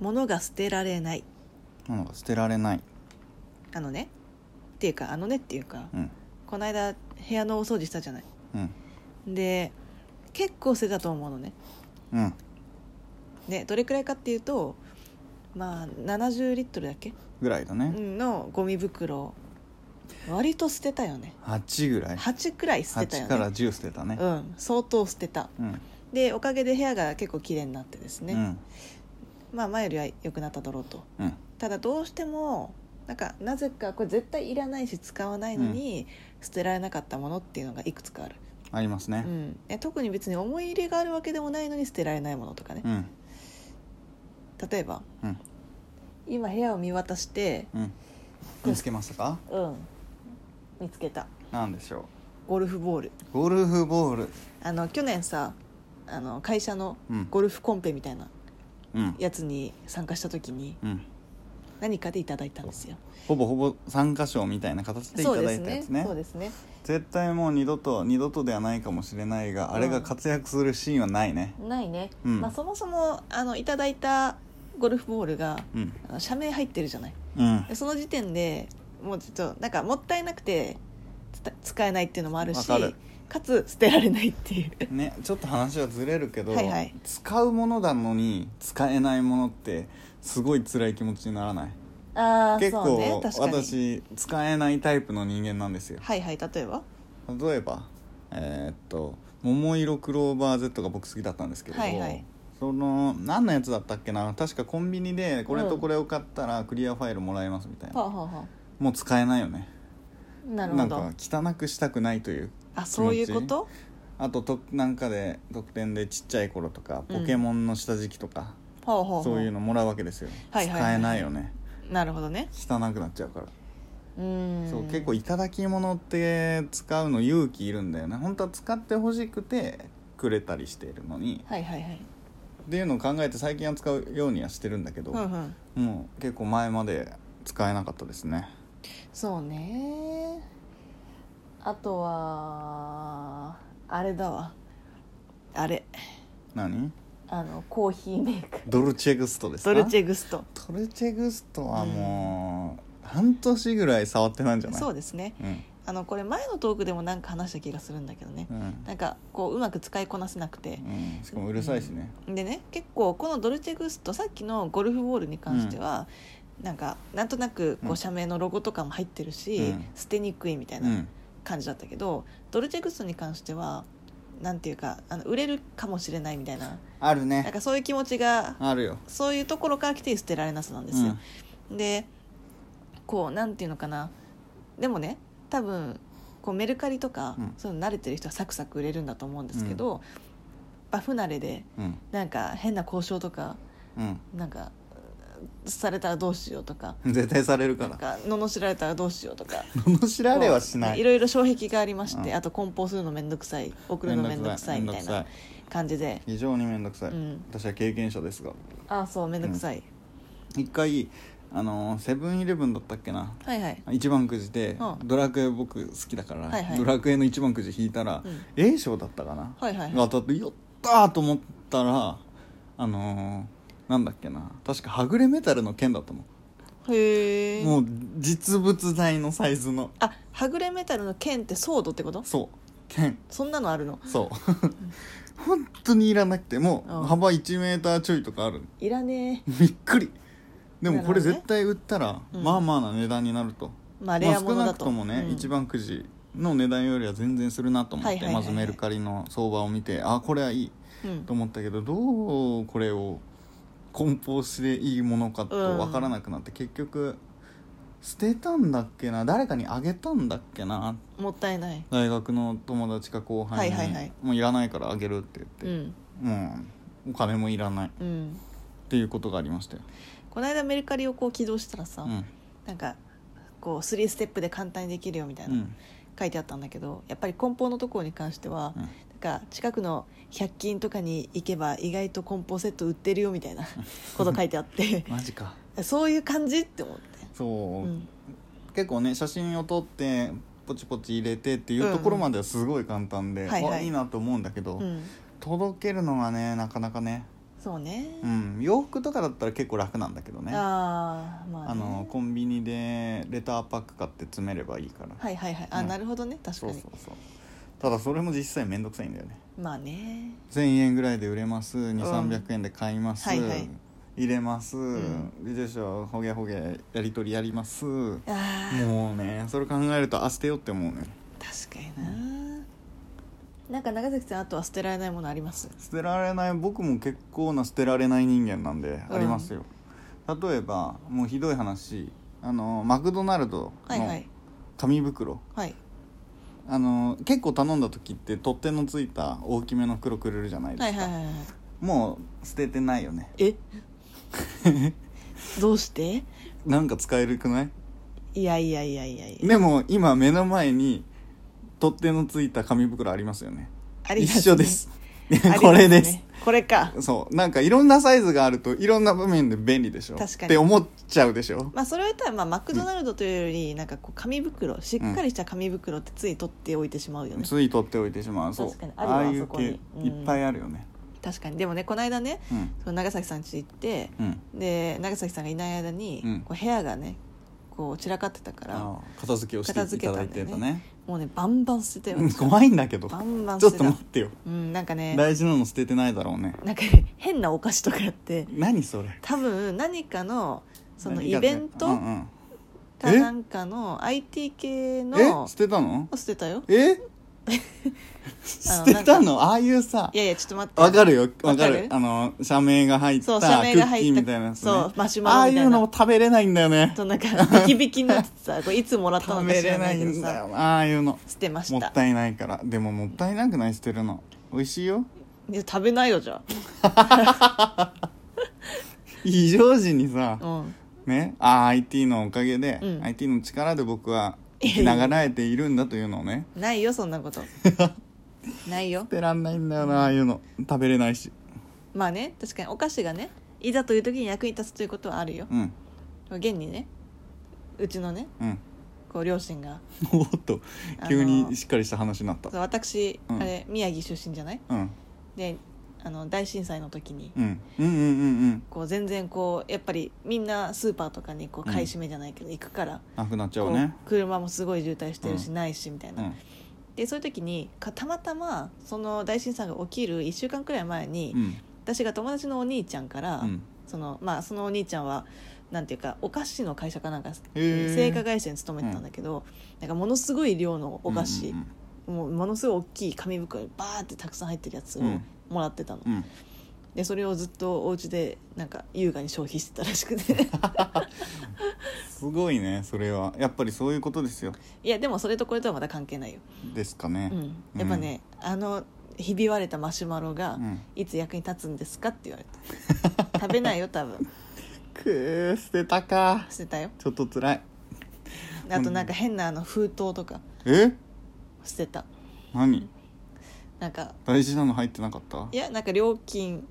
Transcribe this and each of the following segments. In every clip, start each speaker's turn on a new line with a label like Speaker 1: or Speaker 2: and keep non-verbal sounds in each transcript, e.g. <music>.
Speaker 1: 物が捨てられない
Speaker 2: 物が捨てられない
Speaker 1: あのねっていうかあのねっていうか、
Speaker 2: うん
Speaker 1: この間部屋のお掃除したじゃない
Speaker 2: うん
Speaker 1: で結構捨てたと思うのね
Speaker 2: うん
Speaker 1: でどれくらいかっていうとまあ70リットルだっけ
Speaker 2: ぐらいだ
Speaker 1: う
Speaker 2: ね、
Speaker 1: んのゴミ袋割と捨てたよね
Speaker 2: 八8ぐらい
Speaker 1: 8くらい捨てた
Speaker 2: 8
Speaker 1: よ
Speaker 2: か
Speaker 1: ね
Speaker 2: ら10捨てたね
Speaker 1: うん相当捨てた
Speaker 2: うん
Speaker 1: でおかげで部屋が結構綺麗になってです
Speaker 2: う
Speaker 1: ね、
Speaker 2: ん
Speaker 1: まあ前よりは良くなっただろうと
Speaker 2: うん
Speaker 1: ただどうしてもなんかなぜかこれ絶対いらないし使わないのに捨てられなかったものっていうのがいくつかある、
Speaker 2: あります
Speaker 1: う
Speaker 2: ね
Speaker 1: ん、え特に別に思い入れがあるわけでもないのに捨てられないものとかね
Speaker 2: うん
Speaker 1: 例えば
Speaker 2: うん
Speaker 1: 今部屋を見渡して
Speaker 2: うん見つけましたか
Speaker 1: うん見つけた
Speaker 2: なんでしょ
Speaker 1: ゴルフボール
Speaker 2: うゴルフボール
Speaker 1: あの去年さあの会社の
Speaker 2: うん
Speaker 1: ゴルフコンペみたいな
Speaker 2: うん
Speaker 1: やつに参加した時に
Speaker 2: うん
Speaker 1: 何かでいただいたんですよ
Speaker 2: ほぼほぼ参加賞みたいな形でい
Speaker 1: そ
Speaker 2: た
Speaker 1: う
Speaker 2: だ
Speaker 1: で
Speaker 2: い
Speaker 1: す
Speaker 2: たや
Speaker 1: ね
Speaker 2: つね
Speaker 1: そうですね
Speaker 2: 絶対もう二度と二度とではないかもしれないが、あれが活躍するシーンはないね
Speaker 1: ないね、
Speaker 2: うん
Speaker 1: まあ、そもそもあのいただいたゴルフボールが
Speaker 2: うん
Speaker 1: あの社名入ってるじゃない
Speaker 2: うん
Speaker 1: でその時点でもうちょっとなんかもったいなくてつた使えないっていうのもあるし
Speaker 2: わかる
Speaker 1: かつ捨てられないっていう
Speaker 2: ね、ちょっと話はずれるけど、
Speaker 1: はいはい
Speaker 2: 使うものなのに使えないものってすごい辛い気持ちにならない
Speaker 1: <laughs> ああ
Speaker 2: 結
Speaker 1: そう
Speaker 2: 構、
Speaker 1: ね確かに
Speaker 2: 私使えないタイプの人間なんですよ
Speaker 1: はいはい例えば
Speaker 2: 例えばえーっと「桃色クローバー Z」が僕好きだったんですけれど、
Speaker 1: はいはい
Speaker 2: その何のやつだったっけな確かコンビニでこれとこれを買ったらクリアファイルもらえますみたい
Speaker 1: は
Speaker 2: な、
Speaker 1: あ、はあは
Speaker 2: もう使えないよね
Speaker 1: あ、なるほど
Speaker 2: んか汚くしたくないという
Speaker 1: あそういうこと
Speaker 2: あととなんかで特典でちっちゃい頃とか
Speaker 1: うん
Speaker 2: ポケモンの下敷きとか、
Speaker 1: ほうほうほう
Speaker 2: そういうのもらうわけですよ、
Speaker 1: はいはいはい
Speaker 2: 使えないよね
Speaker 1: なるほどね
Speaker 2: 汚くなっちゃうから、
Speaker 1: うーん
Speaker 2: そう結構いただき物って使うの勇気いるんだよね本当は使ってほしくてくれたりしているのに
Speaker 1: はいはいはい
Speaker 2: っていうのを考えて最近は使うようにはしてるんだけど、
Speaker 1: うんうん
Speaker 2: もう結構前まで使えなかったですね
Speaker 1: そうねあとはあれだわあれ
Speaker 2: 何
Speaker 1: あのコーヒーメーカー
Speaker 2: ドルチェグストです
Speaker 1: ド
Speaker 2: か
Speaker 1: ルチェグスト
Speaker 2: ドルチェグストはもう半年ぐらい触ってないんじゃない
Speaker 1: そう
Speaker 2: で
Speaker 1: ですね
Speaker 2: すうん
Speaker 1: あのこれ前のトークでもなんか話した気がするんだけどね
Speaker 2: うん
Speaker 1: なんかこううまく使いこなせなくて
Speaker 2: うん、しかもうるさいしね、
Speaker 1: でね結構このドルチェグストさっきのゴルフボールに関しては、なんかなんとなくこ
Speaker 2: う
Speaker 1: うん社名のロゴとかも入ってるし、
Speaker 2: うん
Speaker 1: 捨てにくいみたいな
Speaker 2: うん
Speaker 1: 感じだったけど、ドルチェグストに関してはなんていうかあの売れるかもしれないみたいな
Speaker 2: あ
Speaker 1: な
Speaker 2: る
Speaker 1: ん
Speaker 2: ね
Speaker 1: かそういう気持ちが
Speaker 2: あるよ
Speaker 1: そういうところから来て捨てられなさなんですよ。でこうなんていうのかなでもね多分こうメルカリとか、
Speaker 2: うん
Speaker 1: そういうの慣れてる人はサクサク売れるんだと思うんですけど、バフ慣れで
Speaker 2: うんうん
Speaker 1: なんか変な交渉とか
Speaker 2: うん
Speaker 1: なんかうんされたらどうしようとか
Speaker 2: <laughs> 絶対されるか
Speaker 1: なん
Speaker 2: ら
Speaker 1: か罵られたらどうしようとか
Speaker 2: 罵られはしな
Speaker 1: こう
Speaker 2: い
Speaker 1: いろいろ障壁がありまして、
Speaker 2: うん
Speaker 1: あと梱包するの面倒くさい送るの面倒くさいみたい
Speaker 2: 面
Speaker 1: な
Speaker 2: 倒くさ
Speaker 1: 感じで、
Speaker 2: い非常に面倒くさい、
Speaker 1: うん
Speaker 2: 私は経験者ですが
Speaker 1: ああそう面倒くさい、
Speaker 2: 一回あのーセブンイレブンだったっけな
Speaker 1: はいはい
Speaker 2: 一番くじで、
Speaker 1: うん
Speaker 2: ドラクエ僕好きだから、
Speaker 1: はいはい
Speaker 2: ドラクエの一番くじ引いたら、
Speaker 1: うん
Speaker 2: A 賞だったかな、
Speaker 1: はいはい
Speaker 2: が当たってよったーと思ったらあのーなんだっけな確かはぐれメタルの剣だったの、
Speaker 1: へえ
Speaker 2: もう実物大のサイズの
Speaker 1: あはぐれメタルの剣ってソードってこと
Speaker 2: そう剣
Speaker 1: そんなのあるの
Speaker 2: そう本当にいらなくても
Speaker 1: うん
Speaker 2: う幅1メーターちょいとかある
Speaker 1: いらねえ
Speaker 2: びっくりでもこれ
Speaker 1: なるほどね
Speaker 2: 絶対売ったら、
Speaker 1: うん
Speaker 2: まあまあな値段になると、
Speaker 1: まあレアも
Speaker 2: 少
Speaker 1: の
Speaker 2: な
Speaker 1: だ
Speaker 2: く
Speaker 1: と
Speaker 2: ともね、
Speaker 1: うん
Speaker 2: 一番くじの値段よりは全然するなと思って、
Speaker 1: はいはいはいはい
Speaker 2: まずメルカリの相場を見てあこれはいい
Speaker 1: うん
Speaker 2: と思ったけどどうこれを梱包していいものかと分からなくなって、結局捨てたんだっけな誰かにあげたんだっけな
Speaker 1: もったいない
Speaker 2: 大学の友達か後輩に、
Speaker 1: はいはいはい
Speaker 2: もういらないからあげるって
Speaker 1: う
Speaker 2: 言って、
Speaker 1: ん
Speaker 2: もうお金もいらないっ
Speaker 1: うん
Speaker 2: ていうことがありましたよ、
Speaker 1: この間メルカリをこう起動したらさ、
Speaker 2: うん
Speaker 1: なんかこう3ステップで簡単にできるよみたいうな、
Speaker 2: ん
Speaker 1: 書いてあったんだけどやっぱり梱包のところに関しては、
Speaker 2: うん
Speaker 1: なんか近くの100均とかに行けば意外と梱包セット売ってるよみたいなこと書いてあって
Speaker 2: マジか
Speaker 1: そういう感じって思って、う
Speaker 2: そう、
Speaker 1: ん、
Speaker 2: 結構ね写真を撮ってポチポチ入れてっていうところまではすごい簡単で、
Speaker 1: うんはいはい
Speaker 2: あいいなと思うんだけど、
Speaker 1: うん
Speaker 2: 届けるのがねなかなかね
Speaker 1: そうね、
Speaker 2: うん、洋服とかだったら結構楽なんだけどねあ
Speaker 1: ああまあ,、ね、
Speaker 2: のコンビニでレターパック買って詰めればいいから、
Speaker 1: はいはいはいあ、
Speaker 2: うん
Speaker 1: なるほどね確か
Speaker 2: そう
Speaker 1: に
Speaker 2: そうそうただそれも実際面倒くさいんだよね
Speaker 1: まあね
Speaker 2: 1000円ぐらいで売れます2300円で買います、
Speaker 1: はいはい
Speaker 2: 入れます、
Speaker 1: ん
Speaker 2: でしょほげほげやり取りやりますも
Speaker 1: あー
Speaker 2: うねそれ考えるとあ捨てようって思うね
Speaker 1: 確かにな、なんか長崎さんあとは捨てられないものあります
Speaker 2: 捨てられない僕も結構な捨てられない人間なんで
Speaker 1: うん
Speaker 2: ありますよ、例えばもうひどい話あのマクドナルド
Speaker 1: はいは
Speaker 2: の
Speaker 1: い
Speaker 2: 紙袋、
Speaker 1: はい
Speaker 2: あの結構頼んだ時って取っ手のついた大きめの袋くれるじゃないで
Speaker 1: は
Speaker 2: す
Speaker 1: い
Speaker 2: か、
Speaker 1: はいはいはい
Speaker 2: もう捨ててないよね
Speaker 1: え
Speaker 2: <laughs>
Speaker 1: どうして
Speaker 2: なんか使えるくない
Speaker 1: いやいやいやいやいや
Speaker 2: でも今目の前に取っ手のついた紙袋ありますよね
Speaker 1: ありがとうね
Speaker 2: 一緒です <laughs>
Speaker 1: <laughs> ありがとう
Speaker 2: こ
Speaker 1: ね
Speaker 2: れです
Speaker 1: これか
Speaker 2: そうなんかいろんなサイズがあるといろんな場面で便利でしょ
Speaker 1: 確かに
Speaker 2: って思っちゃうでしょ
Speaker 1: まあそれを言ったらまあマクドナルドというよりなんかこう紙袋しっかりした紙袋ってつい取っておいてしまうよね、
Speaker 2: つい取っておいてしまうそう
Speaker 1: 確かにある
Speaker 2: あ
Speaker 1: わ
Speaker 2: あい
Speaker 1: あそうこに
Speaker 2: 系いっぱいあるよね
Speaker 1: 確かにでもねこの間ね
Speaker 2: うん
Speaker 1: その長崎さん家行って
Speaker 2: うん
Speaker 1: で長崎さんがいない間に
Speaker 2: うん
Speaker 1: こう部屋がねこう散らかってたから、
Speaker 2: ああ片付けをしていただいてた
Speaker 1: 片付けたんだよ
Speaker 2: ね
Speaker 1: もうねバンバン捨てたよ、
Speaker 2: うん怖いんだけど
Speaker 1: バンバン
Speaker 2: ちょ
Speaker 1: 捨
Speaker 2: ってと
Speaker 1: た
Speaker 2: 待ってよ
Speaker 1: うんなんかね
Speaker 2: 大事なの捨ててないだろうね
Speaker 1: なんか変なお菓子とかやって
Speaker 2: 何それ
Speaker 1: 多分何かのその
Speaker 2: 何
Speaker 1: イ
Speaker 2: が
Speaker 1: ベント
Speaker 2: うんうん
Speaker 1: かなんかの IT 系の
Speaker 2: え捨てたの
Speaker 1: 捨てたよ <laughs>
Speaker 2: え捨てたのああいうさ
Speaker 1: いやいやちょっと待って
Speaker 2: わかるよわか
Speaker 1: わかる
Speaker 2: るあの社名が入っ
Speaker 1: そ
Speaker 2: た
Speaker 1: う
Speaker 2: ク
Speaker 1: 社名が
Speaker 2: ッ
Speaker 1: 入
Speaker 2: キ
Speaker 1: っ
Speaker 2: ー
Speaker 1: た
Speaker 2: みたいなやつね
Speaker 1: そうマシュ
Speaker 2: あ
Speaker 1: マ
Speaker 2: あ
Speaker 1: ロみ
Speaker 2: い
Speaker 1: た
Speaker 2: う
Speaker 1: いな
Speaker 2: のも食べれないんだよね
Speaker 1: となんかビキビキになってさこれいつもらった
Speaker 2: 食
Speaker 1: のか
Speaker 2: べ
Speaker 1: 知
Speaker 2: れ
Speaker 1: らな
Speaker 2: ない
Speaker 1: いけど
Speaker 2: んだ
Speaker 1: さ
Speaker 2: よああいうの
Speaker 1: 捨てまし
Speaker 2: も
Speaker 1: た
Speaker 2: ったいないからでももったいなくない捨てるの美味しいよ
Speaker 1: いや食べないよじゃ
Speaker 2: 異常時にさ
Speaker 1: あ、うん、
Speaker 2: ねああ IT のおかげで、
Speaker 1: うん
Speaker 2: IT の力で僕はい生
Speaker 1: やい
Speaker 2: き
Speaker 1: や
Speaker 2: ながらえているんだというのをね
Speaker 1: ないよそんな
Speaker 2: <laughs>
Speaker 1: ことないよ
Speaker 2: 捨てらんないんだよなああいうの食べれないし
Speaker 1: まあね確かにお菓子がねいざという時に役に立つということはあるよ
Speaker 2: うん
Speaker 1: 現にねうちのね
Speaker 2: うん
Speaker 1: こう両親が
Speaker 2: <laughs> おっと
Speaker 1: あの
Speaker 2: 急にしっかりした話になった
Speaker 1: そう私、
Speaker 2: うん
Speaker 1: あれ宮城出身じゃない
Speaker 2: うん
Speaker 1: であの大震災の時に、
Speaker 2: うんうんうんうんうん
Speaker 1: こう全然こうやっぱりみんなスーパーとかにこう
Speaker 2: うん
Speaker 1: 買い占めじゃないけど行くから、
Speaker 2: なくなっちゃ
Speaker 1: こ
Speaker 2: う
Speaker 1: う
Speaker 2: ね
Speaker 1: 車もすごい渋滞してるし、
Speaker 2: う
Speaker 1: ないしみたいな、
Speaker 2: うん
Speaker 1: でそういう時にかたまたまその大震災が起きる1週間くらい前に、
Speaker 2: うん
Speaker 1: 私が友達のお兄ちゃんから、
Speaker 2: うん
Speaker 1: そのまあ、そのお兄ちゃんはなんていうかお菓子の会社かなんか
Speaker 2: へー
Speaker 1: 製菓会社に勤めてたんだけど、なんかものすごい量のお菓子、
Speaker 2: うん
Speaker 1: もうものすごい大きい紙袋にバーってたくさん入ってるやつを
Speaker 2: うん
Speaker 1: もらってたの、
Speaker 2: うんうん
Speaker 1: でそれをずっとお家でなんか優雅に消費してたらしく
Speaker 2: <laughs>
Speaker 1: て
Speaker 2: すごいねそれはやっぱりそういうことですよ
Speaker 1: いやでもそれとこれとはまた関係ないよ、
Speaker 2: ですかね
Speaker 1: うん、やっぱね、あのひび割れたマシュマロが
Speaker 2: うん
Speaker 1: いつ役に立つんですかって言
Speaker 2: <laughs>
Speaker 1: われた食べないよ多分
Speaker 2: くー捨てたか
Speaker 1: 捨てたよ
Speaker 2: ちょっと辛い
Speaker 1: あとなんか変なあの封筒とか
Speaker 2: え
Speaker 1: 捨てた
Speaker 2: 何
Speaker 1: なんか
Speaker 2: 大事なの入ってなかった
Speaker 1: いやなんか料金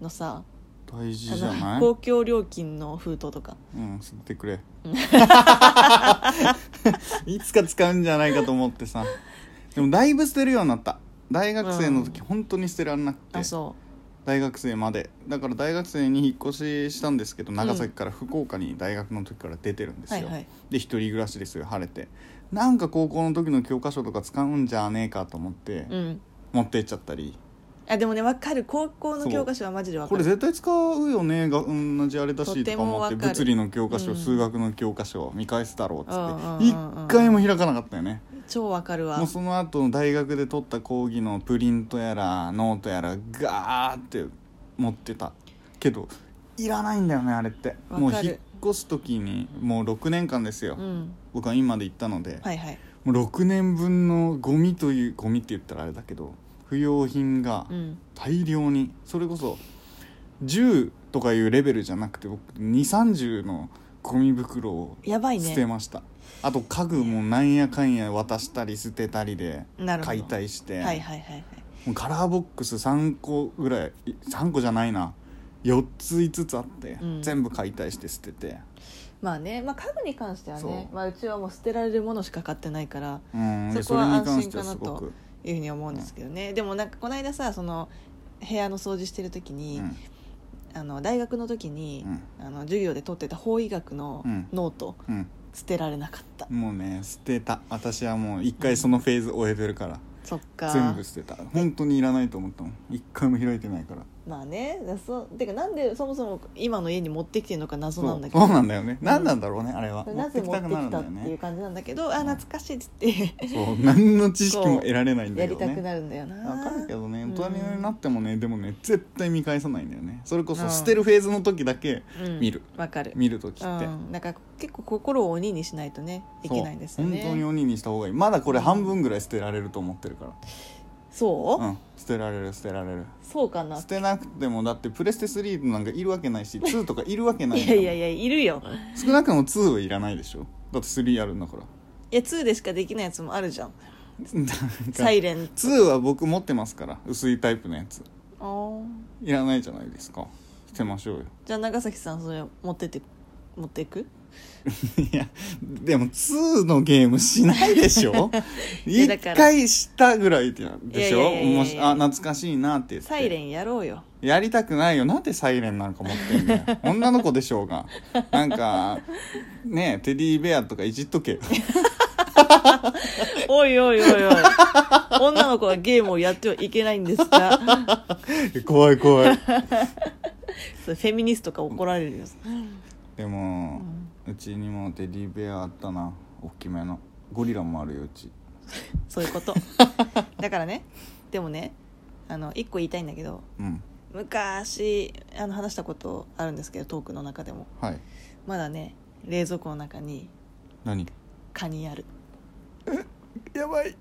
Speaker 1: のさ
Speaker 2: 大事
Speaker 1: あ
Speaker 2: じゃな
Speaker 1: の
Speaker 2: い
Speaker 1: 公共料金の封筒とか
Speaker 2: うん捨ててくれいつか使うんじゃないかと思ってさでもだいぶ捨てるようになった大学生の時本当に捨てらんなくて、
Speaker 1: あそ
Speaker 2: 大学生までだから大学生に引っ越ししたんですけど長崎から福岡に大学の時から出てるんで
Speaker 1: う
Speaker 2: す
Speaker 1: はい
Speaker 2: よ、
Speaker 1: はい
Speaker 2: で一人暮らしですよ晴れてなんか高校の時の教科書とか使うんじゃねえかと思って
Speaker 1: うん
Speaker 2: 持ってっちゃったり、
Speaker 1: あでもねわかる高校の教科書はマジでわか
Speaker 2: こ
Speaker 1: る
Speaker 2: れ絶対使うよねが同じあれだし
Speaker 1: と
Speaker 2: と
Speaker 1: て
Speaker 2: か
Speaker 1: も
Speaker 2: 思
Speaker 1: わ
Speaker 2: っ
Speaker 1: か
Speaker 2: て
Speaker 1: る
Speaker 2: 物理の教科書、
Speaker 1: うん
Speaker 2: 数学の教科書を見返すだろうっつって
Speaker 1: うんうん
Speaker 2: 一
Speaker 1: うんうん
Speaker 2: 回も開かなかったよね
Speaker 1: 超わかるわ
Speaker 2: もうその後の大学で取った講義のプリントやらノートやらガーって持ってたけどいらないんだよねあれって
Speaker 1: わかる
Speaker 2: もう引っ越す時にもう6年間ですよ、
Speaker 1: うん
Speaker 2: 僕は今で行ったので、
Speaker 1: はいはい
Speaker 2: もう6年分のゴミというゴミって言ったらあれだけど不要品が
Speaker 1: うん
Speaker 2: 大量にそれこそ10とかいうレベルじゃなくて僕230のゴミ袋を
Speaker 1: やばい
Speaker 2: 捨て
Speaker 1: ね
Speaker 2: ました、あと家具もなんやかんや渡したり捨てたりで
Speaker 1: なるほど
Speaker 2: 解体して、
Speaker 1: はいはいはいはい
Speaker 2: もうカラーボックス3個ぐらいい3個じゃないな4つ5つあって、
Speaker 1: うん
Speaker 2: 全部解体して捨てて
Speaker 1: まあね、まあ、家具に関しては
Speaker 2: そ
Speaker 1: ね
Speaker 2: う
Speaker 1: う,、まあ、うちはもう捨てられるものしか買ってないから
Speaker 2: うんで
Speaker 1: そこは
Speaker 2: れに関してはすご
Speaker 1: 安
Speaker 2: く
Speaker 1: いうふうに思うんですけどね、でもなんかこの間さその部屋の掃除してる時
Speaker 2: う
Speaker 1: に、
Speaker 2: ん
Speaker 1: あの大学の時に、
Speaker 2: うん
Speaker 1: あの授業で取ってた法医学の
Speaker 2: うん
Speaker 1: ノート、
Speaker 2: うん
Speaker 1: 捨てられなかった
Speaker 2: もうね捨てた私はもう一回そのフェーズ終えてるから、
Speaker 1: そっか
Speaker 2: 全部捨てた本当にいらないと思ったもん一回も開いてないから
Speaker 1: まあねだそうてかなんでそもそも今の家に持ってきてるのか謎なんだけ
Speaker 2: そう
Speaker 1: ど
Speaker 2: そうなんだよね、何なんだろうねあれは
Speaker 1: <laughs> なぜ持ってきたっ
Speaker 2: よ
Speaker 1: ていう感じなんだけどあ懐かしいっつって
Speaker 2: そう何の知識も得られないんだ
Speaker 1: や
Speaker 2: け
Speaker 1: り
Speaker 2: ど
Speaker 1: たく
Speaker 2: ね
Speaker 1: なるんだよな
Speaker 2: わかるけどね
Speaker 1: うん
Speaker 2: 大人になってもねでもね絶対見返さないんだよねそれこ
Speaker 1: う
Speaker 2: そ
Speaker 1: ん
Speaker 2: 捨てるフェーズの時だけ
Speaker 1: うん
Speaker 2: 見る
Speaker 1: わかる
Speaker 2: 見る時って、
Speaker 1: うん、なんか結構心を鬼にしないとねいけないんですよね
Speaker 2: そう本当に鬼にした方がいいまだこれ半分ぐらい捨てられると思ってるか
Speaker 1: そう、
Speaker 2: らうん捨てられる捨てられる
Speaker 1: そうかな
Speaker 2: 捨てなくてもだってプレステ3なんかいるわけな
Speaker 1: <laughs>
Speaker 2: いし2とかいるわけないん
Speaker 1: い
Speaker 2: だ
Speaker 1: や
Speaker 2: もん
Speaker 1: いやいやいるよ
Speaker 2: 少なくとも2はいらないでしょだって3あるんだ
Speaker 1: <laughs>
Speaker 2: から
Speaker 1: いや2でしかできないやつもあるじゃん
Speaker 2: なんか
Speaker 1: サイレン
Speaker 2: 2は僕持ってますから薄いタイプのやつ
Speaker 1: あー
Speaker 2: いらないじゃないですか捨てましょうよ
Speaker 1: じゃあ長崎さんそれ持ってって持っていく
Speaker 2: いやでも2のゲームしないでしょ
Speaker 1: <laughs> いや
Speaker 2: 一
Speaker 1: だから
Speaker 2: 回したぐらい
Speaker 1: い
Speaker 2: でし
Speaker 1: や
Speaker 2: ょ
Speaker 1: いやいやいや
Speaker 2: もしあ懐かしいなって言って
Speaker 1: サイレンやろうよ
Speaker 2: やりたくないよなんでサイレンなんか持ってんだよ
Speaker 1: <laughs>
Speaker 2: 女の子でしょうがなんかねえテディベアとかいじっとけ <laughs> よ
Speaker 1: おいおいおいおい女の子がゲームをやってはいけないんですが
Speaker 2: 怖い怖い
Speaker 1: それフェミニストか怒られるよ、
Speaker 2: でも、うちにもテディベアあったな大きめのゴリラもあるようち
Speaker 1: そういうことだからねでもねあの一個言いたいんだけど
Speaker 2: うん
Speaker 1: 昔あの話したことあるんですけどトークの中でも
Speaker 2: はい
Speaker 1: まだね冷蔵庫の中に
Speaker 2: 何
Speaker 1: カニある
Speaker 2: やばい